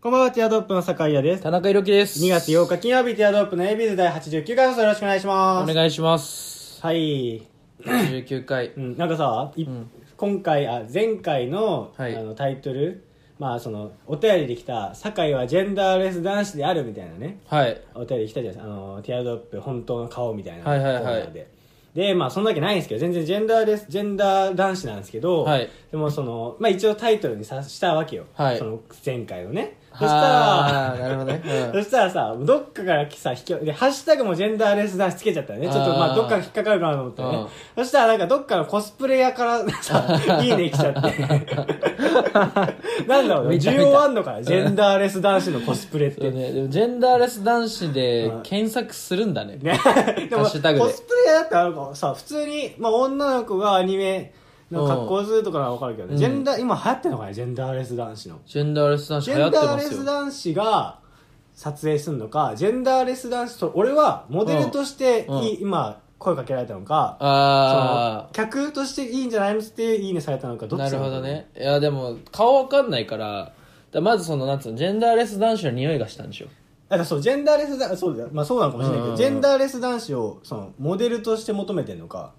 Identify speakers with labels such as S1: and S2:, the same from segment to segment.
S1: こんばんは、ティアドロップの酒井屋です。
S2: 田中裕樹です。
S1: 2月8日金曜日、ティアドロップのエビーズ第89回放送よろしくお願いし
S2: お
S1: ます。
S2: 願いします。
S1: はい。
S2: 19回
S1: う。ん、なんかさ、い
S2: ん
S1: 今回、あ、前回の,、
S2: はい
S1: あのタイトル、まあその、お便りできた、酒井はジェンダーレス男子であるみたいなね、
S2: はい。
S1: お便り来たじゃないですか。あの、ティアドロップ本当の顔みたいな。
S2: はいはいはい
S1: コーナーでで、まあそんなわけないんですけど、全然ジェンダーレス、ジェンダー男子なんですけど、
S2: はい
S1: でもその、まあ一応タイトルにさしたわけよ。
S2: はい
S1: その前回のね。そしたら、
S2: あーなるほどね。
S1: そしたらさ、どっかからさ、引きで、ハッシュタグもジェンダーレス男子つけちゃったよね。ちょっと
S2: あー
S1: まあ、どっか引っかかるかなと思ってね。
S2: うん
S1: そしたらなんか、どっかのコスプレ屋から さ、いいね来ちゃって。なんだろうね、
S2: 見た見
S1: 需
S2: た
S1: 要あんのかなジェンダーレス男子のコスプレっ
S2: うん。そ
S1: て。
S2: う
S1: ね、
S2: ね、でもジェンダーレス男子で
S1: うん
S2: 検索するんだね。
S1: でも、
S2: ハ
S1: コ
S2: ッシ
S1: ス
S2: ュ
S1: プ
S2: タ
S1: レ
S2: グ
S1: 屋
S2: で
S1: だったらなんかさ、普通に、まあ、女の子がアニメの格好するとかならわかるけどね、
S2: うん
S1: ジェンダー、今流行ってんのかね、ジェンダーレス男子の。
S2: ジェンダーレス男
S1: ジ
S2: 子
S1: ェ
S2: 流行
S1: ン
S2: って
S1: ダー
S2: ま
S1: レ
S2: すよ
S1: ス。男子が撮影するのか、ジェンダーレス男子と、俺はモデルとしていい、今声かけられたのか、その
S2: あ
S1: 客としていいんじゃないのっていいねされたのか、ど
S2: ー。
S1: っち
S2: な
S1: なのか
S2: るほど。ね。いや、でも、顔わかんないから、だからまずその、なんつうの、ジェンダーレス男子の匂いがしたんでしょ。
S1: だからそう、ジェンダーレスだ、そうだ、まあそうなのかもしれないけ
S2: う
S1: ど、
S2: ん
S1: ジェンダーレス男子を、その、モデルとして求めてるのか、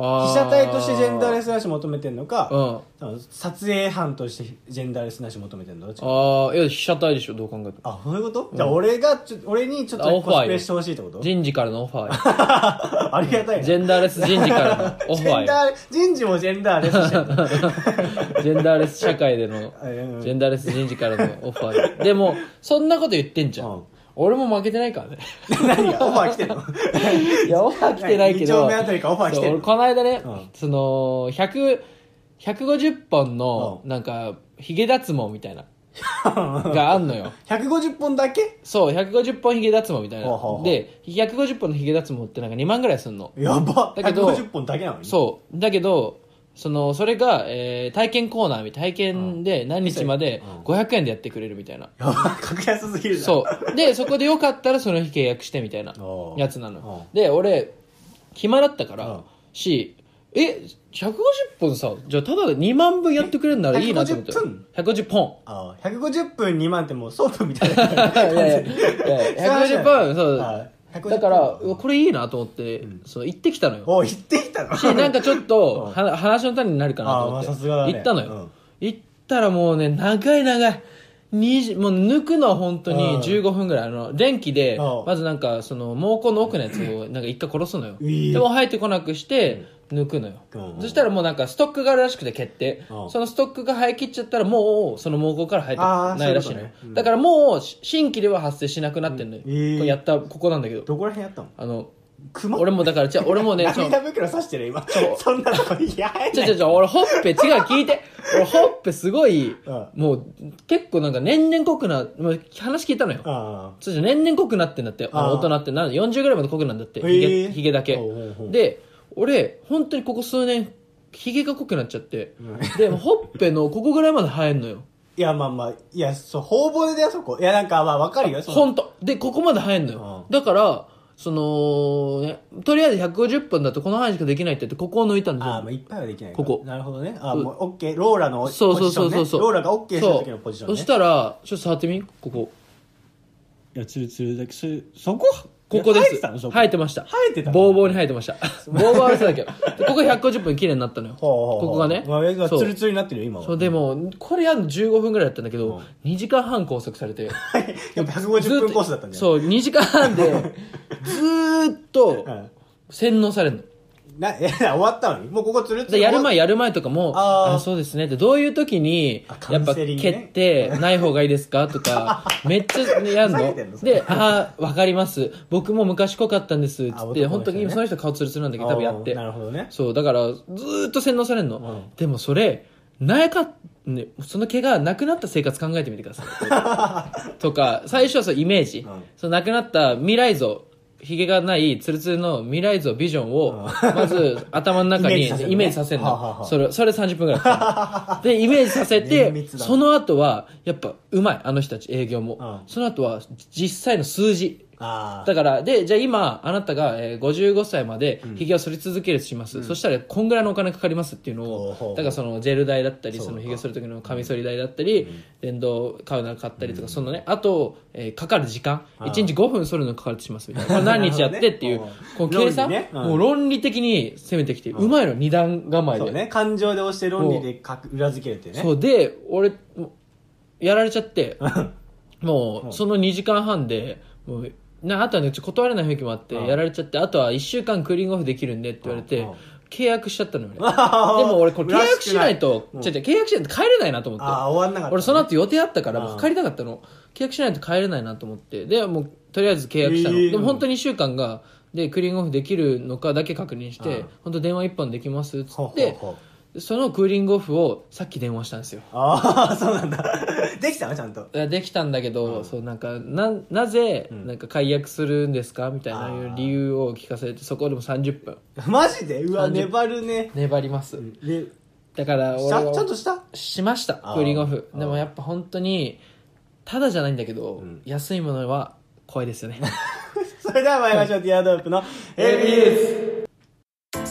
S2: あ
S1: 被写体としてジェンダーレ
S2: ス。
S1: ス男子求めてるの
S2: う
S1: か、
S2: ん。
S1: その撮影班としてジェンダーレス男子求めてるのどっちか
S2: あー、いや、被写体でしょ、どう考えても。
S1: あ、そういうこと、じゃあ俺がちょ、俺にちょっ
S2: あオ
S1: と
S2: フ
S1: コ
S2: ァーよ
S1: スプレしてほしいってこと
S2: 人事からのオファーよ
S1: ありがたいね。
S2: ジェンダーレス人事からのオ
S1: ジ
S2: フ
S1: ェ
S2: ァ
S1: ン
S2: ーよ
S1: ダー人事もジェンダーレスしてる
S2: ジェンダーレス社会での
S1: うん
S2: ジェンダーレス人事からのオファーで。でも、そんなこと言ってんじゃん。
S1: うん
S2: 俺も負けてないからね。
S1: 何がオファー来てんの
S2: いや、オファー来てないけ
S1: 二
S2: ど。
S1: 丁目あたりからオファー来て
S2: そ
S1: ん
S2: う
S1: の
S2: 俺、この間ね、
S1: うん
S2: その、100、150本の、
S1: うん
S2: なんか、ヒゲ脱毛みたいな、があんのよ。
S1: 150本だけ
S2: そう、150本ヒゲ脱毛みたい
S1: ほうほうほ
S2: な。
S1: う
S2: で、150本のヒゲ脱毛ってなんか2万ぐらいすんの。
S1: やば
S2: だけど
S1: 150本だけなのに
S2: そう。だけど、その、それが、えー体験コーナーみたい、体験で何日まで
S1: うん
S2: 500円でやってくれるみたいな。
S1: やば格安すぎるじゃん
S2: そう。で、そこでよかったらその日契約してみたいな
S1: おう
S2: やつなの。で、俺、暇だったか
S1: うん
S2: ら、し、え、150本さ、じゃあただ2万分やってくれるならいいなと思って。
S1: 150分
S2: 150本。
S1: ああ150分2万ってもうソープみたいな
S2: いやい やいや
S1: そう
S2: 150本、そ
S1: は
S2: う。
S1: い150
S2: だから、
S1: 分
S2: うわこれいいなと思って、その行ってきたのよ。
S1: おう行ってきたの
S2: し、なんかちょっと、
S1: うん
S2: は話の種になるかなと思
S1: あ
S2: っ
S1: ー
S2: て。
S1: まあさすがだね
S2: 行ったの
S1: う
S2: よ
S1: ん。
S2: 行ったらもうね、長い長い。20もう抜くのは本当
S1: うん
S2: に15分ぐらい。あの、電気で
S1: うん、
S2: まずなんか、その、毛根の奥のやつ を、なんか一回殺すのよ。
S1: うい
S2: でも生えてこなくして、抜くのよ
S1: うんうん。
S2: そしたらもうなんか、ストックがあるらしくて決定
S1: うん。
S2: そのストックが生え切っちゃったら、もう、その毛根から生えて
S1: あー
S2: ないらしいの
S1: そういう
S2: よ
S1: ことねうん。
S2: だからもう、し新規では発生しなくなってんのよ。
S1: うんえー
S2: これやった、ここなんだけど。
S1: どこら辺やったの
S2: あの、
S1: 熊
S2: 俺もだから、じゃあ 俺もね、その
S1: 涙袋刺してる今
S2: ょ
S1: そんなとこいやい
S2: ちょちょちょ、俺ほっぺ違う、聞いて。俺ほっぺすごい、
S1: うん
S2: もう結構なんか年々濃くな、もう話聞いたのよ。
S1: あ
S2: そうじゃ年々濃くなってんだって、あ
S1: あ
S2: の
S1: あ
S2: 大人ってな、40ぐらいまで濃くなんだって、
S1: へ
S2: ひ
S1: え
S2: げ、ひげだけ
S1: ほうほうほう。
S2: で、俺、本当にここ数年、ひげが濃くなっちゃって、
S1: うん
S2: で、ほっぺのここぐらいまで生えんのよ。
S1: いやまあまあいやそう頬骨だよそこいやなんかまあわかるよその
S2: ほんと。で、ここまで生えんのよ。
S1: う
S2: だから、その、ね、とりあえず150分だとこの範囲しかできないって言って、ここを抜いたんです
S1: あー
S2: よ
S1: まあ、。いっぱいはできないか
S2: ここ
S1: なるほどね。あ
S2: そう
S1: ーもう、オッケー。ローラのポジショ
S2: そ
S1: ン、
S2: う
S1: ね。
S2: そうそうそうそう。
S1: ローラがオッケーした時のポジション、ね。
S2: そうそしたら、ちょっと触ってみここ。
S1: いや、つるつるだけ、そ、そこ
S2: ここで
S1: 生
S2: す。
S1: えてたのそこ。
S2: 生えてました。
S1: 生えてたの
S2: ボーボーに生えて ました。ボーボーあれだけど。でここ150分綺麗になったのよ。
S1: ほうほうほう
S2: ここがね。
S1: まあ、上が
S2: そ
S1: つ
S2: う
S1: るつるになってるよ、今は。
S2: そう、でも、これやるの15分ぐらいだったんだけ
S1: う
S2: ど
S1: ん、
S2: 2時間半拘束さ れて。
S1: やっぱ150分コースだったんじゃない
S2: そう、2時間半で、 ずーっと
S1: うん
S2: 洗脳されるの。
S1: な、え、 終わったのにもうここつるつる。
S2: でやる前やる前とかも、
S1: あー
S2: あそうですねって、どういう時に
S1: あ、カウ
S2: や
S1: ン
S2: っぱ
S1: セリングね
S2: 蹴って、ない方がいいですか とか、めっちゃやん
S1: 下げてんの
S2: の。
S1: それ
S2: で、ああ、わかります。僕も昔濃かったんです。つ
S1: あ
S2: っ
S1: 男
S2: て、
S1: の人
S2: 本
S1: ね
S2: 当に今その人顔ツルツルなんだけど、多分やっ
S1: あー
S2: て
S1: な。るほどね。
S2: そう、だから、ずーっと洗脳されん
S1: う
S2: の
S1: ん。
S2: でもそれ、なか、ね、その毛がなくなった生活考えてみてくださ い。とか、最初はそうイメージ
S1: うん。
S2: そのなくなった未来像。ヒゲがないツルツルの未来像ビジョンをまず頭の中に
S1: イメージさせるのね
S2: イメージさせる
S1: はあはあは
S2: の
S1: あ
S2: それそれ30分ぐらいかかるでイメージさせ
S1: 綿
S2: て
S1: 密だな
S2: その後はやっぱうまいあの人たち営業も
S1: うん
S2: その後は実際の数字
S1: ああ
S2: だから、で、じゃあ今、あなたが、えー、55歳まで、髭を剃り続けるとします。そしたら、こんぐらいのお金かかりますっていうの
S1: ほうほうほ
S2: を
S1: う、
S2: だからその、ジェル代だったり、
S1: そう
S2: そ
S1: か
S2: の、髭剃る時のカミソリ代だったり、電動カウナー買ったりとか、そのね、あと、えーかかる時間、
S1: あー
S2: 1日5分剃るのかかるとしますみたいな。これ何日やってっていう
S1: なる、
S2: こ
S1: ほど
S2: う
S1: ね
S2: 計
S1: 論
S2: 算、
S1: 理ねうん
S2: もう論理的に攻めてきて、うまいの、二段構えで。
S1: そうね感情で押して論理で書く裏付けるって ね
S2: そうで俺もうやられちゃって
S1: ん
S2: もうその2時間半でもうなあとはねちょっと断れない雰囲気もあって
S1: うん
S2: やられちゃってあとは1週間クーリングオフできるんでって言われ
S1: う
S2: て
S1: んうん
S2: 契約しちゃったのよ俺
S1: で
S2: でも俺これ契約しないと
S1: うん
S2: 違う違う契約しないと帰れないなと思
S1: ああ
S2: っ
S1: 終わんなかってた
S2: 俺その後予定あったから
S1: うん
S2: もう帰りたかったの契約しないと帰れないなと思ってでもうとりあえず契約したの
S1: えー
S2: でも本当に1週間がでクーリングオフできるのかだけ確認し
S1: う
S2: て
S1: ん
S2: 本当電話1本できますっつ
S1: ほう
S2: っ
S1: ほう
S2: て
S1: ほう
S2: そのクーリングオフをさっき電話したんですよ
S1: ああそうなんだ できたのちゃんと
S2: いやできたんだけど、そうなんかななぜ
S1: ん
S2: なんか解約するんですかみたい
S1: あ
S2: な
S1: ー
S2: 理由を聞かされてそこでも30分
S1: マジでうわ
S2: 30
S1: 粘るね
S2: 粘ります、
S1: でし
S2: だから俺
S1: た
S2: は
S1: ちゃんとした
S2: しましたク
S1: あー
S2: ーリングオフ
S1: あー
S2: でもやっぱ本当にただじゃないんだけど、
S1: ん
S2: 安いものは怖いですよね
S1: それでは参りましょう、ティアドロップの AB です。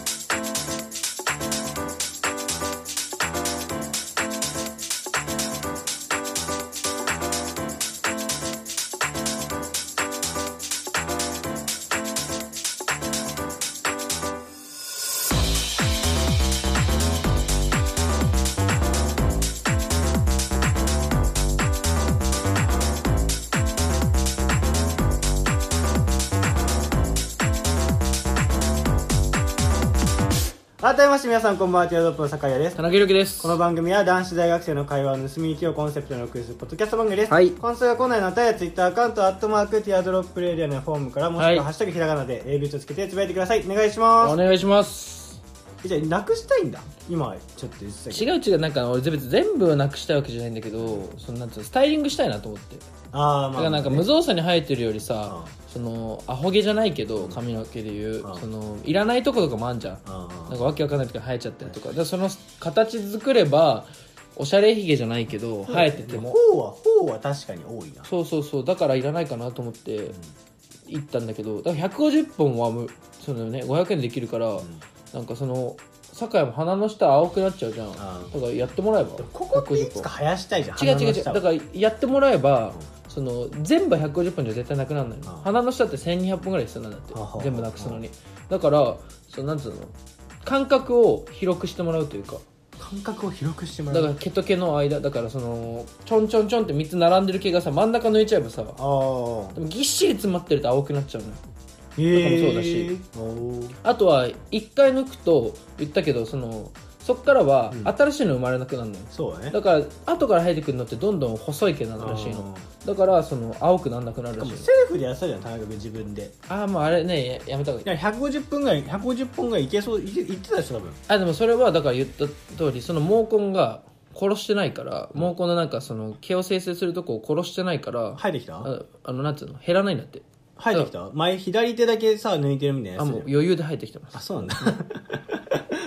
S1: 改めまして皆さんこんばんは、ティアドロップの酒屋です。
S2: 田中裕樹です
S1: この番組は男子大学生の会話を盗み行きをコンセプトにお送りするポッドキャスト番組です。
S2: はい
S1: 感想やコーナーのあたりはツイッターアカウント、アットマーク、ティアドロップレディアのフォームから、もしく
S2: はい
S1: はハッシュタグひらがなで AB とつけてつぶやいてください。お願いしま
S2: お
S1: す。
S2: 願いします
S1: えじゃあ、なくしたいんだ。今、ちょっと言ってたけど。
S2: 違う違うなんか俺全部全部をなくしたいわけじゃないんだけどそのなんつうのスタイリングしたいなと思って
S1: ああ、
S2: だ
S1: まあ。
S2: からなんか無造作に生えてるよりさ、
S1: う
S2: そのアホ毛じゃないけど髪の毛で言う、
S1: うん
S2: そのいらないとことかもあんじゃん、
S1: あー
S2: なんかわけわかんない時に生えちゃったりとか,、その形作ればおしゃれひげじゃないけど生えてても、
S1: 頬は、頬は確かに多いな。
S2: そうそうそうだからいらないかなと思って行ったんだけどだから150本はむその、ね、500円できるから、なんかその酒井も鼻の下青くなっちゃうじゃんだか
S1: あー
S2: らやってもらえば
S1: ここっていつか
S2: 150
S1: 生やしたいじゃん。
S2: 本違う違う違う
S1: 鼻の下
S2: だ
S1: を
S2: からやってもらえば、その全部150本じゃ絶対なくならないの
S1: ああ
S2: 鼻の下って1200本ぐらい必要なんだって
S1: あはは
S2: 全部なくすのにだからそのなんつうの感覚を広くしてもらうというか
S1: 感覚を広くしても
S2: だ
S1: ら
S2: か
S1: う。
S2: ら毛と毛の間だからそのちょんちょんちょんって3つ並んでる毛がさ真ん中抜いちゃえばさ
S1: ああ。
S2: でもぎっしり詰まってると青くなっちゃうのよ
S1: へ
S2: とかもそうだし
S1: そうだし
S2: あとは1回抜くと言ったけどそのそっからは
S1: うん
S2: 新しいの生まれなくなるのよ、
S1: そうだね
S2: だから後から生えてくるのってどんどん細い毛なんだらしいのだからその青くならなくなる
S1: し
S2: ら
S1: か
S2: しい
S1: も
S2: の
S1: セーフでやってたじゃん田中君自分で
S2: ああもうあれねややめた方がいい
S1: いや150分ぐらい150本ぐらいいけそういけいってたでしょ多分
S2: あでもそれはだから言った通りその毛根が殺してないから毛根のなんかその毛を生成するとこを殺してないから、
S1: 生えてきた
S2: ああのなんつうの減らないんだって
S1: 生えてきた前左手だけさ抜いてるみたいな
S2: あ
S1: やつ
S2: もう余裕で生えてきてます
S1: あそうなんだ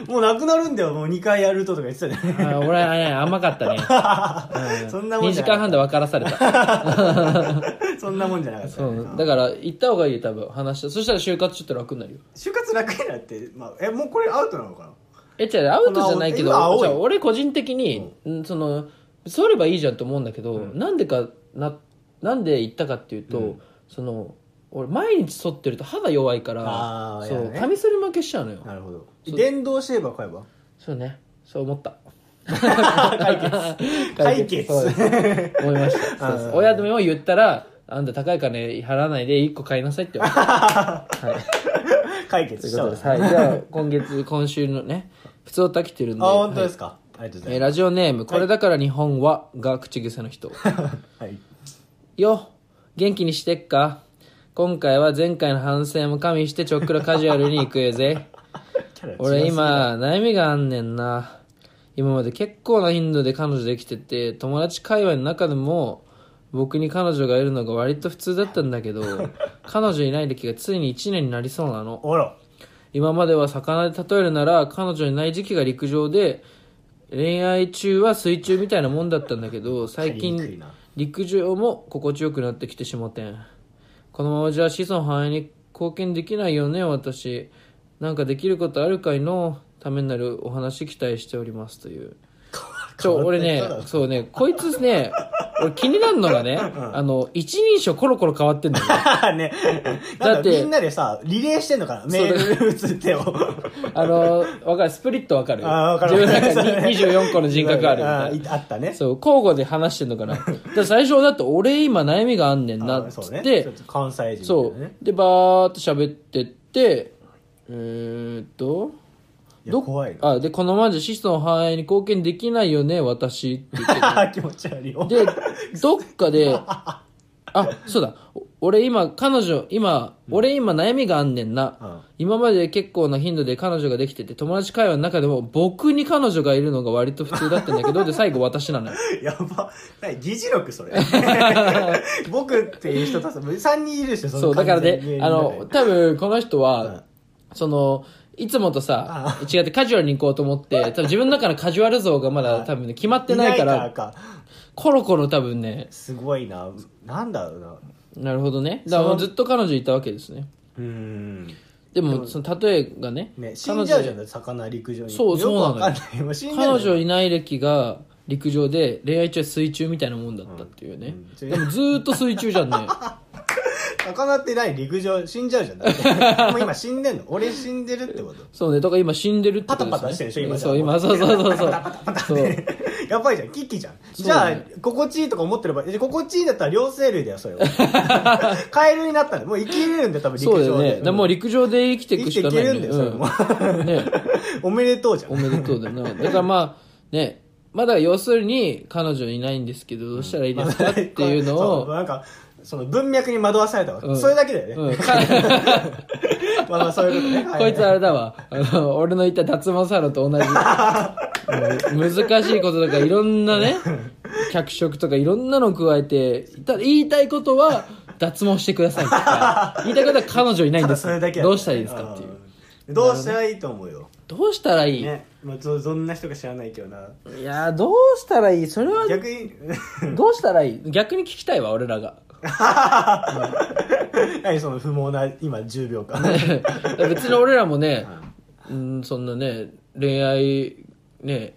S1: もうなくなるんだよもう2回やるととか言ってたね
S2: あ俺あれ甘かったね、うん、
S1: そんなもん
S2: 2
S1: じ
S2: 時
S1: ゃな
S2: 間
S1: い
S2: 半で分からされた
S1: そんなもんじゃなかった
S2: そ
S1: よ
S2: うだから行った方がいいよ多分話したそしたら就活ちょっと楽になるよ
S1: 就活楽になってまあえもうこれアウトなのかな
S2: え違うアウトじゃないけど
S1: この青い
S2: じゃあ俺個人的に、うんその剃ればいいじゃんと思うんだけど、なんでかななんで言ったかっていうと、その俺毎日剃ってると肌弱いから
S1: あー
S2: そう、
S1: やだね
S2: カミソリ負けしちゃうのよ
S1: なるほど電動シェーバー買えば
S2: そうねそう思った
S1: 解決
S2: そうです思いましたそうです親でも言ったらあんた高い金払わないで1個買いなさいって言われたは い
S1: 解決
S2: とい
S1: し
S2: うこ
S1: た
S2: と
S1: わ
S2: です、はい、じゃあ今月今週のね普通歌来てるんで
S1: あ本当
S2: はい
S1: ですかありがとうござ
S2: えー
S1: いま
S2: ラジオネーム、これだから日本は、が口癖の人。
S1: す はい
S2: よ、元気にしてっか今回は前回の反省も加味してちょっくらカジュアルに行く えぜ。
S1: キャラ違う
S2: 俺今、悩みがあんねんな。今まで結構な頻度で彼女できてて、友達界隈の中でも、僕に彼女がいるのが割と普通だったんだけど、 彼女いない歴がついに1年になりそうなの。
S1: あら
S2: 今までは魚で例えるなら彼女いない時期が陸上で恋愛中は水中みたいなもんだったんだけど最
S1: 入りにくい
S2: 近
S1: な
S2: 陸上も心地よくなってきてしもてんこのままじゃ子孫繁栄に貢献できないよね、私。なんかできることあるかいのためになるお話期待しておりますという。ちょ、俺ね、そうね、こいつね、俺気になるのがね、あの、一人称コロコロ変わってんだよね。
S1: ね。
S2: だ
S1: だ
S2: っ
S1: ってて、みんなでさ、リレーしてんのかなメール打つ手 を。
S2: あの、わかる、スプリットわかる。
S1: あーわかる
S2: 自分の中に24個の人格あるみたいな。
S1: ああったね。
S2: そう、交互で話してん のかな。だから最初、だって俺今悩みがあんねんな、
S1: あ
S2: つ
S1: そう
S2: っ
S1: ね。
S2: て、
S1: ちょっと関西人
S2: そ
S1: みたいな
S2: う
S1: ね。。
S2: で、バーっと喋ってって、えーっと、
S1: いや怖いな。
S2: あ、で、このままじゃ子孫繁栄に貢献できないよね、私って言っ
S1: 気
S2: て。
S1: 持ち悪いよ。
S2: で、どっかで、 あ、そうだ、お俺今、彼女、今、俺今悩みがあんねんな。
S1: うん
S2: 今まで結構な頻度で彼女ができてて、友達会話の中でも、僕に彼女がいるのが割と普通だったんだけ ど、で、最後私なのよ。
S1: やば。何議事録 それ。僕っていう人とさ、3人いるでしょ、の
S2: そう、だから
S1: 完全
S2: ね、
S1: に
S2: あの、、多分この人は、
S1: うん
S2: その、いつもとさ
S1: あ、
S2: 違ってカジュアルに行こうと思 って、多分自分の中のカジュアル像がまだ多分ね、決まってないから、
S1: いか
S2: コロコロ多分ね、
S1: すごいな。なんだろうな。
S2: なるほどね。だからもうずっと彼女いたわけですね。
S1: うーん。
S2: でも、その例えがね、
S1: ね、死
S2: 彼
S1: んじゃうじゃ
S2: 女、
S1: ん、魚陸上に。
S2: そう
S1: よくわかん
S2: そ
S1: ない。もう死んじゃう
S2: 彼
S1: じゃん
S2: 女いない歴が陸上で、恋愛中は水中みたいなもんだったっていうね。
S1: うん
S2: でもずーっと水中じゃ んね。
S1: 魚ってない陸上死んじゃうじゃん。だ ってもう今死んでんの。俺死んでるってこと。
S2: そうね、だから今死んでるってことですね。
S1: パタパタしてるでしょ今
S2: そう、今、そうそうそうそう。そう。
S1: やばいじゃん、キッキじゃん。
S2: そう
S1: じゃ
S2: だ
S1: あ
S2: ね、
S1: 心地いいとか思ってれば、え心地いいんだったら両生類だよ、それは。 カエルになったら、もう生きれるんだよ、多分陸
S2: そ
S1: 上
S2: うだ
S1: で。
S2: よね。だからもう陸上で生きてい
S1: 生
S2: く
S1: き
S2: してか
S1: い
S2: ない
S1: け
S2: よ
S1: る
S2: ね。
S1: んだよ、それも。
S2: うんね
S1: おめでとうじゃ
S2: お
S1: ん。
S2: めでとうだよな。だからまあ、ね、まだ要するに彼女いないんですけど、どうしたらいいですかってい うの
S1: そう
S2: を、
S1: なんか、その文脈に惑わされたわ
S2: うん
S1: け。それだけだよ
S2: う
S1: ね。
S2: ん、彼
S1: まあまあ、そういうことね。は
S2: こいつあれだわ。あの、俺の言った脱毛サロンと同 じ。うん難しいこととかいろんなね、脚色とかいろんなのを加えて、ただ言いたいことは脱毛してください とか。言いたいことは彼女いないん
S1: た
S2: で
S1: だ
S2: す。
S1: それだけだ
S2: どうしたらいいですかっていう。
S1: うんどうしたらいいと思うよ。
S2: どうしたらいい、
S1: ね。まあ、どどんな人か知らないけどな。
S2: いやーどうしたらいいそれは、
S1: 逆 に、
S2: どうしたらいい逆に聞きたいわ、俺 らが。
S1: 何その不毛な今10秒間
S2: 別に俺らもね、うん、そんなね、恋愛、ね、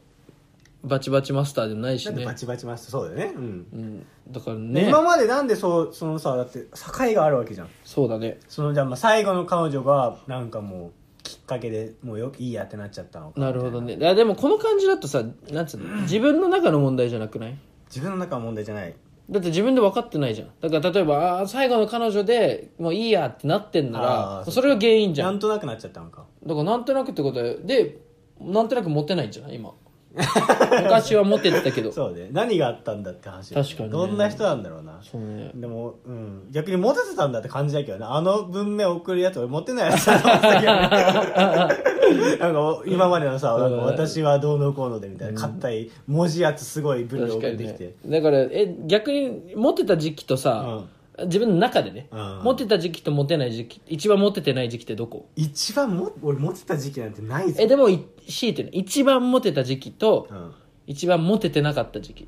S2: バチバチマスターでもないし
S1: なんで
S2: ね
S1: バ。チバチましたそうだよね,、うん、
S2: うん、だから
S1: ね
S2: ね。
S1: 今までなんでそうそのさだって境があるわけじゃん
S2: そうだね。
S1: そのじゃあまあ最後の彼女がなんかもうきっかけでもうよいいやってなっちゃったのか
S2: なるほどね。いや、でもこの感じだとさ、なんつう の、自分の中の問題じゃなくない
S1: 自分の中は問題じゃない
S2: だって自分で分かってないじゃん。だから例えば、ああー、最後の彼女でもういいやってなってんな
S1: あー
S2: ら、
S1: そう
S2: それが原因じゃ。
S1: なんんとなくなっちゃったのか
S2: だからなんとなくってことで、なんとなくモテないんじゃない今。 昔はモテてたけ ど。
S1: そうね何があったんだって話
S2: 確かにね
S1: どんな人なんだろうな
S2: そうね。
S1: でも、うん、逆にモテてたんだって感じだけどねあの文明送るやつ俺モテないやつだと思ってたけどねなんかお今までのさ、
S2: そうだ
S1: な
S2: ね
S1: んか私はどうのこうのでみたいな硬い文字やつすごい文章送ってきて、
S2: ね、だからえ逆にモテた時期とさ、自分の中でね、
S1: うん
S2: モテた時期とモテない時期一番モテてない時期ってどこ
S1: 一番も俺モテた時期なんてないぞ
S2: えでもい強いてね一番モテた時期と、
S1: うん、
S2: 一番モテてなかった時期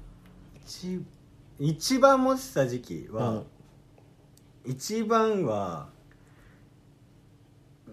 S1: 一一番モテた時期は、
S2: うん
S1: 一番は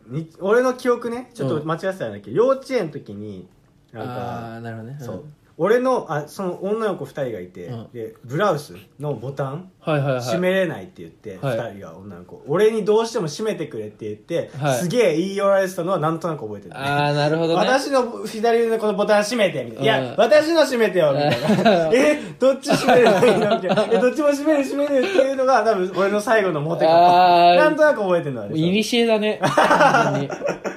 S1: に俺の記憶ねちょっと間違ってたんだけど、幼稚園の時になんか
S2: ああーなるほどね
S1: そう、俺のあその女の子2人がいて、
S2: うん
S1: でブラウスのボタン
S2: うんはいはいはい
S1: 閉めれないって言って、
S2: はい
S1: 2人が女の子俺にどうしても閉めてくれって言って、
S2: はい
S1: すげえ言い寄られてたのはなんとなく覚えてる、
S2: ああなるほどね
S1: 私の左腕のこのボタン閉めてみたいな「いや、
S2: うん
S1: 私の閉めてよ」みたいな「 えどっち閉めればいいの?」みたいな「えどっちも閉める閉める」っていうのが多分俺の最後のモテかも
S2: あー
S1: なんとなく覚えてるのはあれ
S2: いにしえだね本当に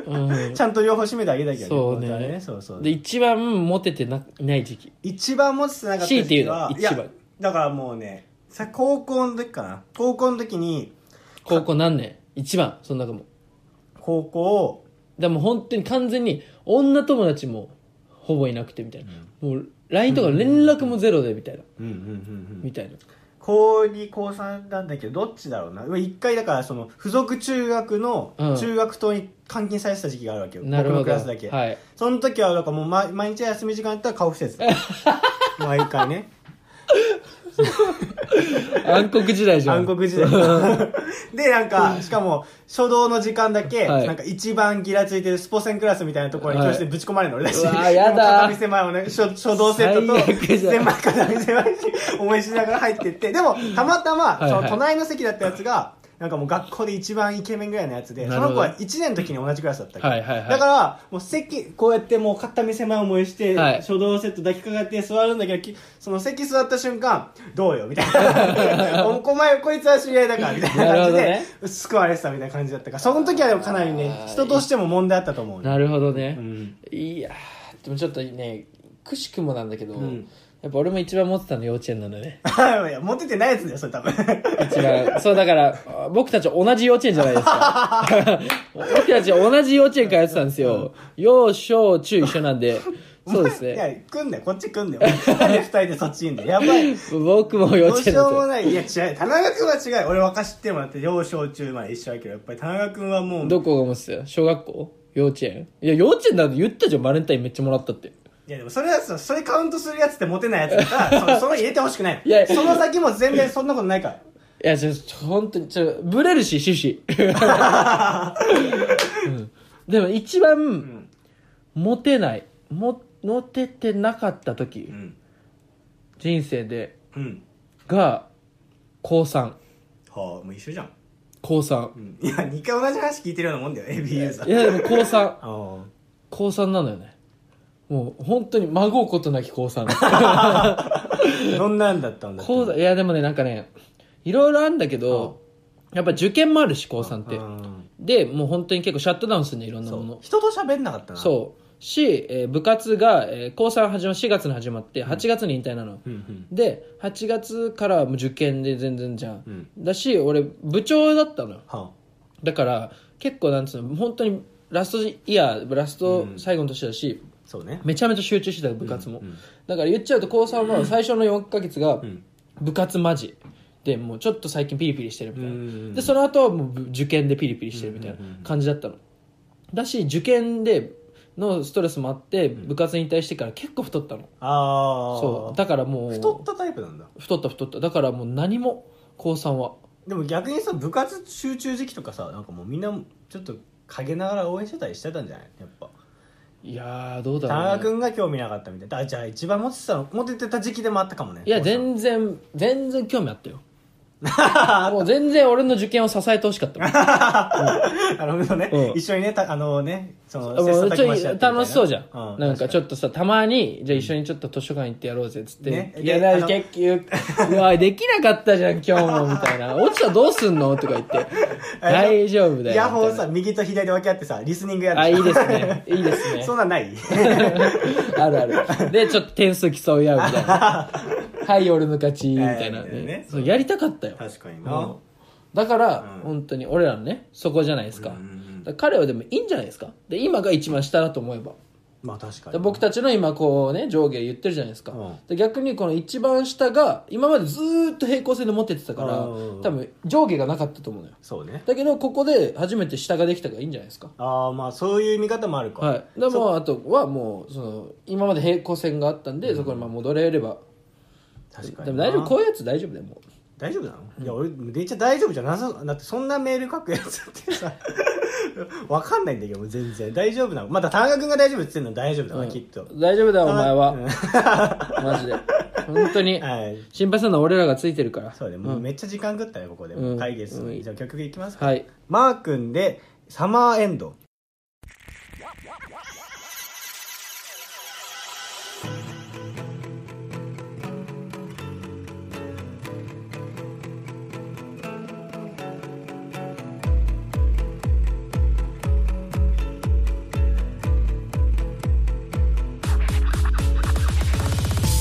S2: うん
S1: ちゃんと両方閉めてあげたけど
S2: そうね
S1: 本当はそうそう
S2: で一番モテてないない時期
S1: 一番持ってなかった時期は
S2: 強いて言うの
S1: いやだからもうねさ高校の時かな高校の時に
S2: 高校何年一番その中も
S1: 高校を
S2: でも本当に完全に女友達もほぼいなくてみたいな、もう LINE とか連絡もゼロでみたいな、
S1: うんうんうんうん
S2: みたいな
S1: 高2高3なんだけどどっちだろうな一回だからその付属中学の
S2: うん
S1: 中学棟に監禁されてた時期があるわけよ、
S2: なる
S1: 僕
S2: ほ
S1: のク
S2: ど
S1: ラスだけ、
S2: はい
S1: その 時はなんかもう毎毎日休み時間やったら顔伏せてた毎回ね
S2: 暗黒時代じゃん。
S1: 暗黒 時代でなんかしかも初動の時間だけ、
S2: はい
S1: なんか一番ギラついてるスポセンクラスみたいなところに
S2: はい
S1: 教室でぶち込まれるの俺だし、
S2: うわーやだー
S1: もう片身狭いおね初初動セットと
S2: 最悪じゃん
S1: 狭い片身狭いし思いしながら入ってってでもたまたま、
S2: はいはい
S1: その隣の席だったやつがなんかもう学校で一番イケメンぐらいのやつで
S2: な
S1: そ
S2: るほ
S1: の子
S2: ど
S1: は1年の時に同じクラスだったっけ
S2: はいはいはい
S1: だからもう席こうやってもう片身狭い思いして、
S2: はい
S1: 初動セット抱きかかって座るんだけどきその席座った瞬間どうよみたいな おお前こいつは知り合いだからみたいな
S2: なるほ
S1: 感
S2: ど
S1: じ
S2: ね
S1: で、救われてたみたいな感じだったから、その時はでもかなりね
S2: あ、ー
S1: 人としても問題あったと思うね。
S2: なるほどね
S1: う。ん。
S2: いやーでもちょっとね、くしくもなんだけど、
S1: うん
S2: やっぱ俺も一番持ってたの幼稚園なのね。
S1: いや、持っててないやつだよ、それ多分。
S2: 一番。そう、 だから、僕たち同じ幼稚園じゃないですか。 僕たち同じ幼稚園からやってたんですよ。幼少中一緒なんで。 そうです
S1: いや
S2: ね。、
S1: 来んだよ、こっち来んだよ。なんで二人でそっちいんだよ。やばい。
S2: 僕も 幼
S1: どう
S2: 稚
S1: し
S2: 園だ
S1: よう
S2: っ
S1: も
S2: た。
S1: ない。いや、違う。田中君は違う。俺若知ってもらって、幼少中まで一緒だけど、やっぱり田中君はもう、
S2: どこが持ってたよ小学校幼稚園いや、幼稚園だって言ったじゃん、バレンタインめっちゃもらったって。
S1: いやでもそれはさ、それカウントするやつってモテないやつだから、そのその入れてほしくない。
S2: いや
S1: その先も全然そんなことないから。
S2: いや、ちょ、ちょ本当に、ちょ、ブレるし、趣 旨。うんでも一番、
S1: ん
S2: モテない。も、モテてなかった時、
S1: うん。
S2: 人生で、
S1: うん。
S2: が、高3。
S1: はあ、もう一緒じゃん。
S2: 高3
S1: う。ん。いや、二回同じ話聞いてるようなもんだよ、AB ユーザ
S2: い
S1: ー。
S2: や、でも高3。
S1: ああ。
S2: 高3なのよね。もう、本当に、孫うことなき高 3。
S1: どんなんだったんだ
S2: 高三いや、でもね、なんかね、いろいろあるんだけど、やっぱ受験もあるし、高3って。
S1: うん
S2: で、もう本当に結構シャットダウンするね、いろんなも
S1: そう
S2: の。
S1: 人と喋んなかったな
S2: そう。し、えー部活が、えー高3始ま、4月に始まって、8月に引退なの。
S1: うんうん
S2: で、8月からはもう受験で全然じゃん。
S1: うん
S2: だし、俺、部長だったのよ。
S1: は
S2: だから、結構なんつうの、本当にラストイヤー、ラスト最後の年だし、
S1: あそうね
S2: めちゃめちゃ集中してた、部活も。
S1: うんうん
S2: だから言っちゃうと、高3の最初の4ヶ月が
S1: ん、
S2: 部活マジ。で、もうちょっと最近ピリピリしてるみたいな。
S1: うん
S2: でその後はもう受験でピリピリしてるみたいな感じだったの、だし受験でのストレスもあって部活引退してから結構太ったの、
S1: ああ
S2: そうだからもう
S1: 太ったタイプなんだ
S2: 太った太っただからもう何も高3は
S1: でも逆にさ部活集中時期とかさなんかもうみんなちょっと陰ながら応援してたりしてたんじゃないやっぱ
S2: いやーどう
S1: 田
S2: だろう、
S1: 中
S2: ね、
S1: 君が興味なかったみたいなあじゃあ一番モテてたのモテてた時期でもあったかもね
S2: いや
S1: 高三
S2: 全然全然興味あっ たよもう全然俺の受験を支えてほしかったもん
S1: なるほどね
S2: うん
S1: 一緒にねたあのねその
S2: もう
S1: 切磋琢
S2: ちょ
S1: 磨
S2: い
S1: し合ってみたいな
S2: 楽しそうじゃん、
S1: う
S2: なんかちょっとさたまにじゃあ一緒にちょっと図書館行ってやろうぜっつって、
S1: ね
S2: いや
S1: であ
S2: だ
S1: の
S2: 結局うわできなかったじゃん今日もみた いな落ちたらどうすんのとか言って
S1: あの
S2: 大丈夫だよみたいな
S1: イヤホンさ右と左で分け合ってさリスニングやる
S2: あいいですねいいです ね
S1: そんなんない
S2: あるあるでちょっと点数競い合うみた いなはい俺の勝ちみたいな、
S1: はいはいはいね
S2: そうやりたかったよ
S1: 確かに
S2: う
S1: なん
S2: だから、
S1: うん
S2: 本当に俺らのねそこじゃないですか,、
S1: うんうんうん
S2: だから彼はでもいいんじゃないですかで今が一番下だと思えば
S1: まあ確か
S2: で
S1: に
S2: 僕たちの今こうね上下言ってるじゃないですか、
S1: うん
S2: で逆にこの一番下が今までずーっと平行線で持ってってたから
S1: うん
S2: 多分上下がなかったと思うのよ
S1: そうね
S2: だけどここで初めて下ができたからいいんじゃないですか
S1: ああまあそういう見方もあるか
S2: はいでもあとはもうその今まで平行線があったんで、そこにまあ戻れれば
S1: 確か
S2: で
S1: に
S2: も
S1: な
S2: 大丈夫こういうやつ大丈夫だよもう
S1: 大丈夫なの、いや俺めっちゃ大丈夫じゃなさだってそんなメール書くやつって さわかんないんだけどもう全然大丈夫なのまだ田中君が大丈夫って言ってるのは大丈夫だな、
S2: うん
S1: きっと
S2: 大丈夫だよお前は、
S1: うん
S2: マジで本当に
S1: はい
S2: 心配するのは俺らがついてるから
S1: そうだねもうめっちゃ時間食ったよここで、
S2: うん
S1: 会議室、
S2: うん
S1: じゃあ曲いきますか、
S2: はい
S1: マー君でサマーエンド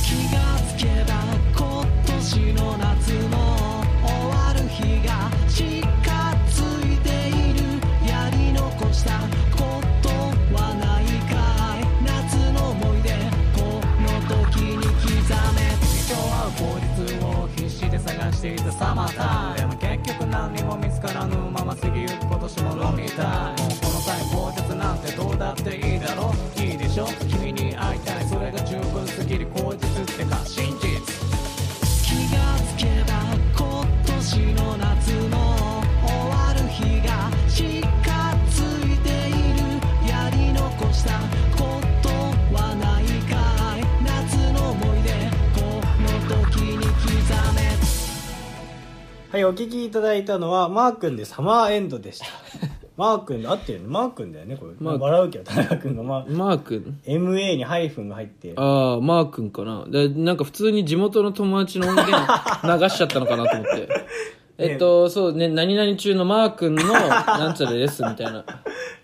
S3: 気がつけば今年の夏も終わる日が近づいているやり残したことはないかい夏の思い出この時に刻め今日は効率を必死で探していたサマータイムでも結局何にも見つからぬまま過ぎゆく今年も飲みたいもうこの際口実なんてどうだっていいだろういいでしょ君に会いたいそれが十分すぎる口実ってか真実気が
S1: はい、お聞きいただいたのは、マー君でサマーエンドで した。マー君で、合ってるね。マー君だよね、これ。
S2: マー君
S1: 笑うけど、田中君が、まあ、
S2: マー君
S1: MA にハイフンが入って、
S2: ああマー君かなでなんか普通に地元の友達の音 源流しちゃったのかなと思ってえっとそうね何々中のマー君のなんちゃらですみたいな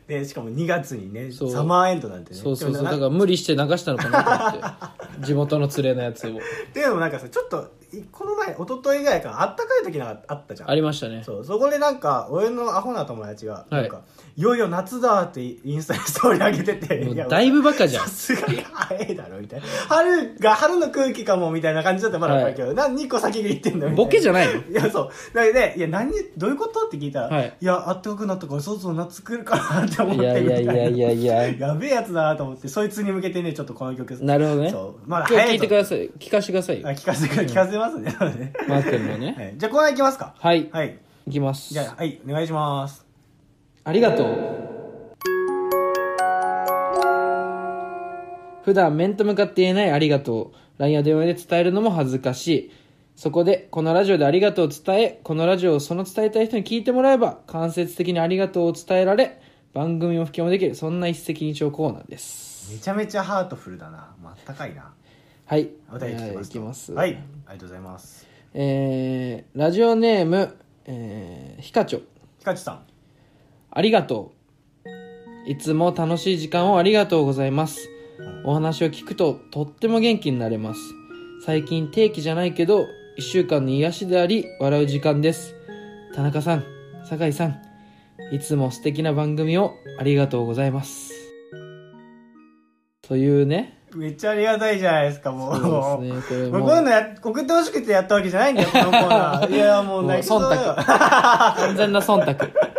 S1: で、しかも2月にね、
S2: そう
S1: サマーエンドなんてね。
S2: そうそうそ
S1: で
S2: う
S1: も
S2: だ
S1: な
S2: か
S1: ん
S2: ら無理して流したのかなと 思って地元の連れのやつを
S1: っていうのもなんかさ、ちょっと、いこの前、一昨日ぐらいから、あったかい時なんかあったじゃん。
S2: ありましたね
S1: そうそこでなんか俺のアホな友達が
S2: は
S1: な
S2: い
S1: んか、い、よいよ夏だってインスタにストーリー上げてて
S2: もう
S1: いや
S2: だいぶバカじゃん
S1: さすがに早いだろみたいな春が春の空気かもみたいな感じだったらまだ分かるけど、な2個先が言ってんのみたいな
S2: ボケじゃないの
S1: いやそうだでいや何どういうことって聞いたら、
S2: はい
S1: い、やあったかくなったからそろそろ夏来るかなって思っ
S2: い
S1: て
S2: やい
S1: みた
S2: や
S1: い
S2: い
S1: な
S2: やいやい や
S1: やべえやつだなと思ってそいつに向けてねちょっとこの曲
S2: なるほどね
S1: そうまだ
S2: 今
S1: 早い
S2: 日
S1: と
S2: 聞いてください聞かせてくださいよ
S1: あ聞かせてくれ聞かせますね、
S2: マー君のね
S1: はいじゃあコーナーいきますか
S2: はい、い、
S1: はい
S2: きます
S1: じゃあはいお願いします
S2: ありがとう普段面と向かって言えないありがとう LINE や電話で伝えるのも恥ずかしいそこでこのラジオでありがとうを伝えこのラジオをその伝えたい人に聞いてもらえば間接的にありがとうを伝えられ番組も普及もできるそんな一石二鳥コーナーです
S1: めちゃめちゃハートフルだな、まあ、あったかいな
S2: はい
S1: お便り来てます
S2: いきます
S1: はいありがとうございます
S2: えー、ラジオネーム、えー、ひかちょ
S1: ひかちさん
S2: ありがとう。いつも楽しい時間をありがとうございます。お話を聞くととっても元気になれます。最近定期じゃないけど、一週間の癒しであり、笑う時間です。田中さん、酒井さん、いつも素敵な番組をありがとうございます。というね。
S1: めっちゃありがたいじゃないですかもう
S2: そうですね、こ
S1: も
S2: れ
S1: う
S2: も
S1: こういうの
S2: う
S1: や送ってほしくてやったわけじゃないんだよこのコーナ ーいやもう泣きそうだよ
S2: 完全な忖度。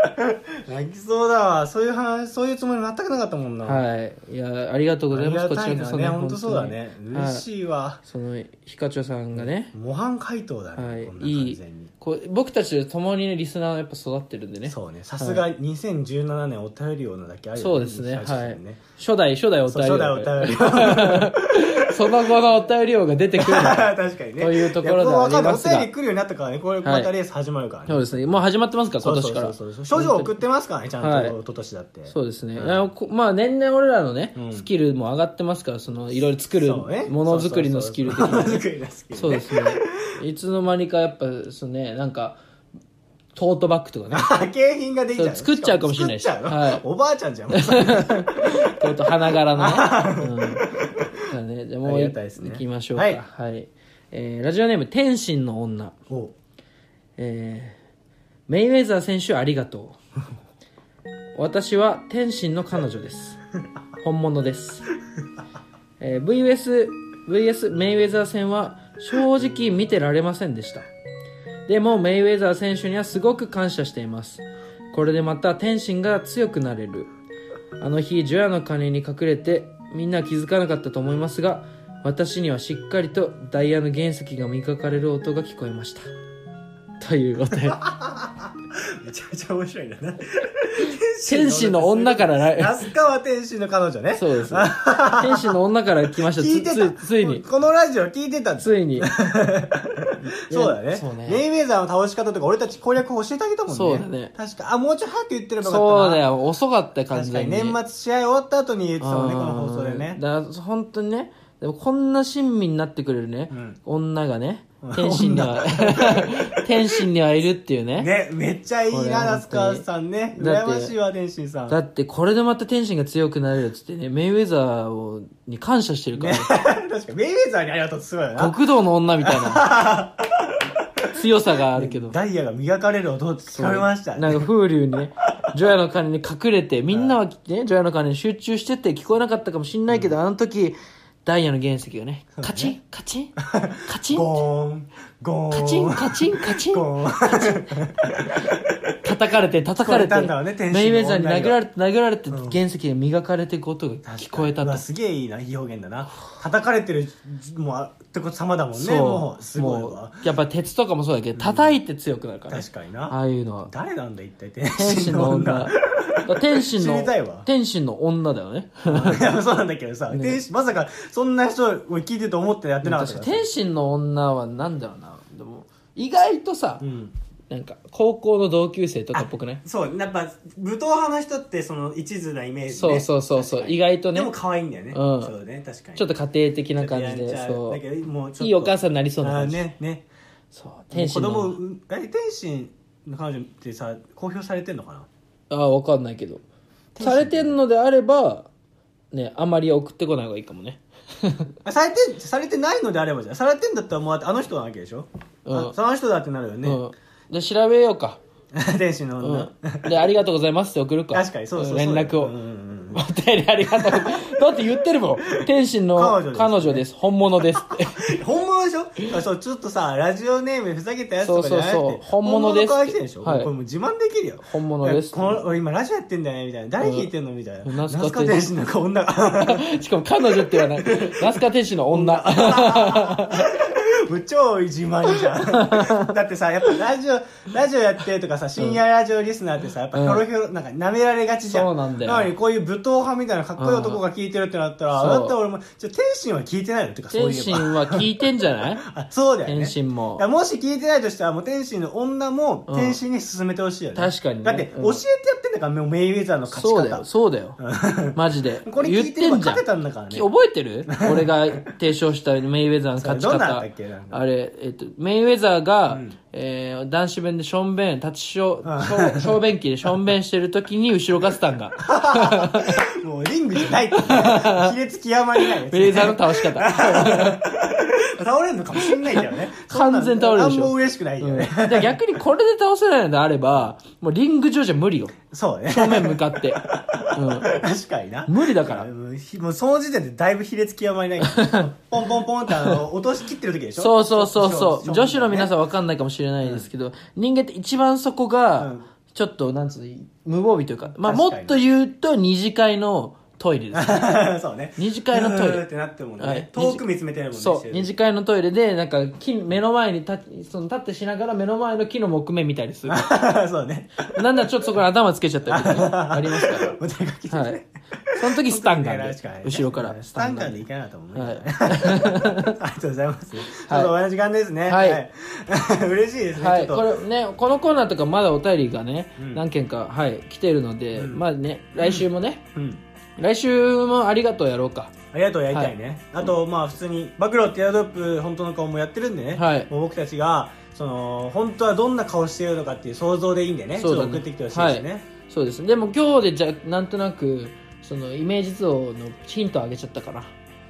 S1: 泣きそうだわそういう話そういうつもり全くなかったもんな、い
S2: はい。いや、ありがとうご
S1: あ
S2: ざい
S1: り
S2: ま
S1: が
S2: す。こち
S1: た
S2: ら
S1: い
S2: こ
S1: な
S2: そ
S1: ね
S2: ね。
S1: 本当そうだね
S2: 本当に
S1: 嬉しいわ
S2: はいその、ひかちょさんがね、
S1: 模範解答だね、
S2: はい
S1: こん、ない完
S2: い
S1: 全に
S2: こう僕たちと共にねリスナーはやっぱ育ってるんでね
S1: そうねさすが2017年お便りようなだけあるよ
S2: そうですね
S1: ひかちさん
S2: はい初代初代お
S1: そう
S2: 便り
S1: 初代お
S2: だから
S1: 便り王
S2: その後のお便り量が出てくる
S1: 確かにね。
S2: というところで
S1: いや
S2: はあ
S1: こうわ
S2: りますが
S1: かんないお便り来るようになったからね、これ、
S2: はい
S1: またレース始まるからね。
S2: そうですねもう始まってますから
S1: そ
S2: 今
S1: うそ
S2: 年
S1: う
S2: から
S1: そうそう。少女送ってますからね、ちゃんと、
S2: はい
S1: 一昨年だって。
S2: そうですね、あのこまあ年々俺らのね、
S1: ん
S2: スキルも上がってますからそのいろいろ作る
S1: そうね
S2: ものづくりのスキル的
S1: そうそう
S2: な
S1: そうものづくりのスキルね。
S2: そうですねいつの間にかやっぱそのねなんかトートバッグとかね
S1: あ景品ができちゃう。
S2: そう作っちゃうかもしれないし
S1: 作っちゃうの
S2: はい
S1: おばあちゃんじゃん。 もうは
S2: ちょっと花柄のね。うん、だからね、じゃあも
S1: あ
S2: う
S1: り
S2: い
S1: がたいですね
S2: 行きましょうか。は、
S1: はいい
S2: えーラジオネーム、天心の女。
S1: お
S2: えーメイウェザー選手ありがとう。私は天心の彼女です。本物です。えー VS、VS メイウェザー戦は正直見てられませんでした。でもメイウェザー選手にはすごく感謝しています。これでまた天心が強くなれる。あの日、除夜の鐘に隠れてみんなは気づかなかったと思いますが、私にはしっかりとダイヤの原石が磨かれる音が聞こえました。というお 便り。
S1: めちゃめちゃ面白いな。
S2: 天使の女から
S1: 那
S2: 来、
S1: 須川天使の彼女ね。
S2: そう ですね。天使の女から来ました。
S1: 聞いてた。
S2: つつついに、
S1: このラジオ聞いてたんです
S2: つ いに。
S1: そうだね。
S2: そうね
S1: メイウェザーの倒し方とか俺たち攻略法教えてあげたもんね。
S2: そうだね
S1: 確か、あ、もうちょい早く言ってればよかったな。
S2: そうだよ、遅かった感
S1: 確
S2: じ
S1: か
S2: だ
S1: に年末試合終わった後に言ってたもんね、この放送でね。
S2: だから本当にね、でもこんな親身になってくれるね、
S1: ん
S2: 女がね、天心には、 天心にはいるっていうね。
S1: ね、めっちゃいい
S2: これ
S1: な、
S2: は
S1: 夏川さんね。
S2: 本当に
S1: 羨ましいわ、天心さん。
S2: だってこれでまた天心が強くなれるっつってね、メイウェザーをに感謝してるから、
S1: ね確かに、メイウェザーにありがとうってすごいよな。
S2: 極道の女みたいな強さがあるけど。
S1: ダイヤが磨かれる音って聞かれました
S2: なん
S1: ね。
S2: か風流 にね、除夜の鐘に隠れて、みんなはね、除夜の鐘に集中してて聞こえなかったかもしんないけど、あの時、ダイヤの原石 がね、カチン、カチン、カチン、
S1: ゴーン、ゴーン。
S2: カチン、カチン、カチン、
S1: ゴーン。
S2: 叩かれて、叩かれ
S1: 聞こえたんだろう
S2: て、
S1: ね天
S2: メイ
S1: 使
S2: ウ
S1: の
S2: ェザ
S1: 女が
S2: ーに殴られて、殴られて、原石が磨かれていく音が聞こえた
S1: う
S2: と
S1: わ。すげえいいな、いい表現だな。叩かれてる、もう、あってこと様だもんね。もう、すごいわ。
S2: うやっぱ鉄とかもそうだけど、叩いて強くなるからね
S1: 確。かに
S2: あ
S1: な。
S2: あいうのは。
S1: 誰なんだ、一体、天
S2: 天
S1: 心
S2: 心
S1: の
S2: の
S1: 女
S2: 女。。だから 天心
S1: 知りたいわ
S2: の、天心の女だよね。
S1: いやそうなんだけどさ、天使まさかそんな人を聞いてると思ってやってなかった
S2: 確
S1: か
S2: からに天心の女はなんだろうなでも意外とさ、
S1: うん
S2: なんか高校の同級生とかっぽくない
S1: そうやっぱ武闘派の人ってその一途なイメージ、ね、
S2: そうそうそうそう
S1: 確かに
S2: 意外とね
S1: でも可愛いんだよね、
S2: うん
S1: そうね確かに
S2: ちょっと家庭的な感じ
S1: ちょっと
S2: で
S1: やんちゃ
S2: そう
S1: だけどもうちょっと
S2: いいお母さんになりそうな
S1: あー
S2: 感じ、
S1: ねね
S2: そう天使
S1: もう
S2: の
S1: 子供え天心の彼女ってさ公表されてんのかな
S2: ああわかんないけどされてんのであればねあまり送ってこない方がいいかもね
S1: あされてされてないのであればじゃんされてんだったらもうあの人なわけでしょ、
S2: うん
S1: あその人だってなるよね、
S2: うん、で調べようか、
S1: 天使の
S2: う
S1: 女、
S2: ん、でありがとうございますって送るか
S1: 確かにそうそうそうだ
S2: ん
S1: よ
S2: 連絡を、
S1: うんうんうん
S2: お便りありがとうだって言ってるもん天心の
S1: 彼女です
S2: 彼女です本物ですって
S1: 本物でしょあそうちょっとさラジオネームふざけたやつとかじゃなくて
S2: そうそうそう本物
S1: 本物の
S2: です
S1: 可愛い人でしょ、
S2: はい
S1: これもう自慢できるよ
S2: 本物です
S1: いやこの俺今ラジオやってんだよねみたいな誰弾いてんのみたいな
S2: うん
S1: 那
S2: 那須
S1: 須
S2: 川
S1: 川天心の女が
S2: しかも彼女って言わない那須川天心の女
S1: もう超自慢じゃん だってさやっぱラジオラジオやってとかさ深夜ラジオリスナーってさやっぱひょろひょろなんか舐められがちじゃん
S2: そうなんだよ
S1: のにこういう武闘派みたいなかっこいい男が聞いてるってなったら、
S2: うん
S1: だったら俺もちょ天心は聞いてないのってか そう
S2: 天
S1: いえば
S2: 心は聞いてんじゃ ない
S1: あそうだよね
S2: 天心も
S1: だからもし聞いてないとしたらもう天心の女も
S2: うん
S1: 天心に勧めてほしいよね、
S2: 確かにね
S1: だって教えて
S2: うん
S1: やってんだから、もうメイウェザーの勝ち
S2: そうだ
S1: 方
S2: よそうだよマジで
S1: これ聞いてれば
S2: 言ってんじゃ
S1: 勝てたんだからね
S2: き覚え てる俺が提唱したメイウェザーの勝ち
S1: それどんなん
S2: 方
S1: だっけなんか
S2: あれ、えっと、メイウェザーが、
S1: ん
S2: えー男子弁でしょんべん立ちしょ
S1: あ
S2: 小小便器でしょんべんしてる時に後ろガスタン が
S1: もうリングに ないっていうね卑劣極まりない
S2: メイウェザーの倒し方、
S1: 倒れるのかもしんないけどね
S2: 完全倒れるでしょ
S1: そんなのあんま嬉しくないよ
S2: うん、
S1: ね、
S2: だから逆にこれで倒せないのであればもうリング上じゃ無理よ
S1: そうね
S2: 正面向かって、うん、
S1: 確かにな
S2: 無理だから
S1: うんひもうその時点でだいぶ卑劣極まり ないけどポンポンポンってあの落とし切ってる時でしょ
S2: そうそうそうそう女子の皆さ
S1: ん
S2: んわかんないかもしれないですけど、人間って一番そこが、
S1: うん
S2: ちょっとなんつうの無防備というかまあ
S1: 確
S2: も
S1: かに
S2: っと言うと二次会のトイレです
S1: そうね
S2: 二次会のトイレ
S1: う ーってなってるもんね、
S2: はい
S1: 遠く見つめてるもんね
S2: そう二次会のトイレでなんか木目の前に立その立ってしながら目の前の木の木目見たりする
S1: そうね。
S2: なんだちょっとそこに頭つけちゃったりとかね、ありますか
S1: お出かけ
S2: らはい その時スタンガンで
S1: 確かにね
S2: 後ろから
S1: スタンガン
S2: で
S1: でいかなかったもんね。
S2: はい
S1: ありがとうございます。ちょっと終わりの時間ですね。
S2: はい
S1: 嬉しいですね。
S2: はい、
S1: ちょっ
S2: ことれね、このコーナーとかまだお便りがね、
S1: うん
S2: 何件か、はい、来てるので、
S1: うん
S2: まあね、来週もね、
S1: うん。
S2: 来週もありがとうやろうか。
S1: ありがとうやりたいね。あと、まあ、普通に、暴露ってエアドロップ、本当の顔もやってるんでね。
S2: はい
S1: もう僕たちが、その、本当はどんな顔してるのかっていう想像でいいんでね。
S2: そう
S1: ち
S2: だね
S1: ょっと送ってきてほしいですね。
S2: そうですね。でも今日でじゃ、なんとなく、そのイメージ像のヒントあげちゃったから、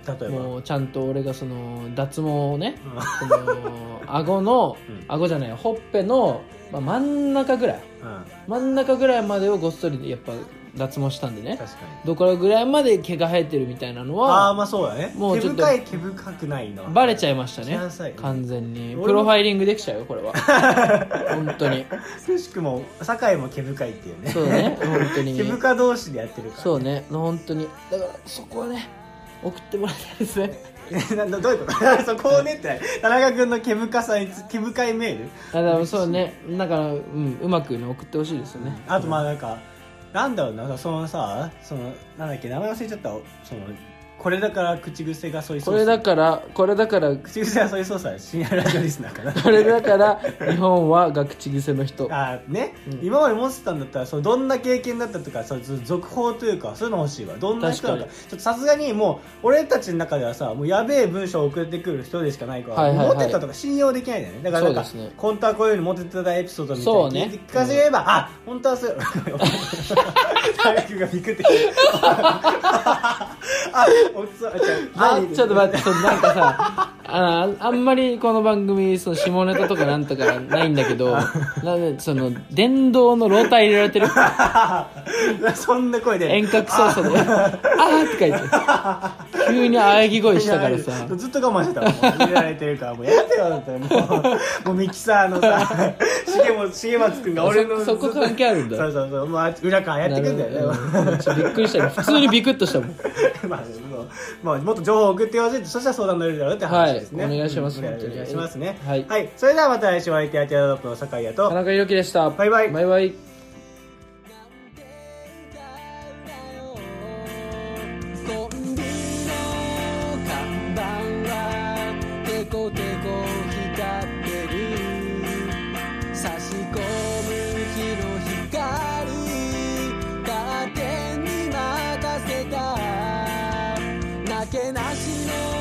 S1: 例えば。
S2: もうちゃんと俺がその脱毛をね、
S1: うん
S2: その顎の
S1: うん、
S2: 顎じゃない、ほっぺの、まあ、真ん中ぐらい、
S1: うん。
S2: 真ん中ぐらいまでをごっそりやっぱ脱毛したんでね、
S1: 確かに。
S2: どこらぐらいまで毛が生えてるみたいなのは、
S1: ああー、まあそうだね。
S2: もう
S1: 毛
S2: ちょっと
S1: 深い、毛深くないの。
S2: バレちゃいました
S1: 知らなさい
S2: ね完全に
S1: 俺も
S2: プロファイリングできちゃうよ これは本当に
S1: くしくも、酒井も毛深いっていうね。
S2: そうね本当に
S1: 毛深同士でやってるから。
S2: そうね本当にだからそこはね送ってもらいたいですね
S1: えななどういうこと そこをねって田中君の毛深さにつ毛深いメール
S2: あだからそうねだから、うん、うまく、ね、送ってほしいですよね
S1: あとまあなんか、なんだろうなそのさそのなんだっけ名前忘れちゃったそのこれだから口癖がソイソ
S2: こ
S1: ース
S2: れだからこれだから
S1: 口癖がソイソースは深夜ラジオリスナーかな
S2: これだから日本はが口癖の人
S1: あーね、
S2: うん
S1: 今まで持ってたんだったらそのどんな経験だったとかその続報というかそういうの欲しいわどんな人なのか
S2: 確
S1: ちょっとさすがにもう俺たちの中ではさもうやべえ文章を送ってくる人でしかないから、
S2: はいはいはい
S1: 持ってたとか信用できないんだよねだからなんか、
S2: そうですね
S1: 本当はこういうふうに持ってたエピソードみたい
S2: そう
S1: に
S2: ね
S1: 聞いて聞かせれば、あ本当はそう 大学がビクってあおつあちょ
S2: あ
S1: 何
S2: ちょっと待ってそのなんかさああんまりこの番組その下ネタとかなんとかないんだ けどなんでその電動のローター入れられてる
S1: そんな声で
S2: 遠 隔操作で「あー」って書いて急に喘ぎ声したからさ
S1: ずっと我慢してたもんもう入れられてるからもうやってよだってもうもうミキサーの さ重松重松君が俺の
S2: そそこ
S1: ずっと
S2: 関係あるんだ
S1: そうそうそうもうあ裏からやってくんだよね
S2: うんちょっとびっくりした普通にビクッとしたもん
S1: まあ、そうまあ、もっと情報を送ってほしいってそしたら相談乗れるだろうって話ですね、
S2: はいお願いします
S1: うんお
S2: 本当に
S1: 願いしますね
S2: はい
S1: それではまた来週お相手はティアドロップの酒井屋と
S2: 田中裕樹でした
S1: バイバイ
S2: バイバイ
S3: 「コンビの看板はテコテコ光ってる」「差し込けなしの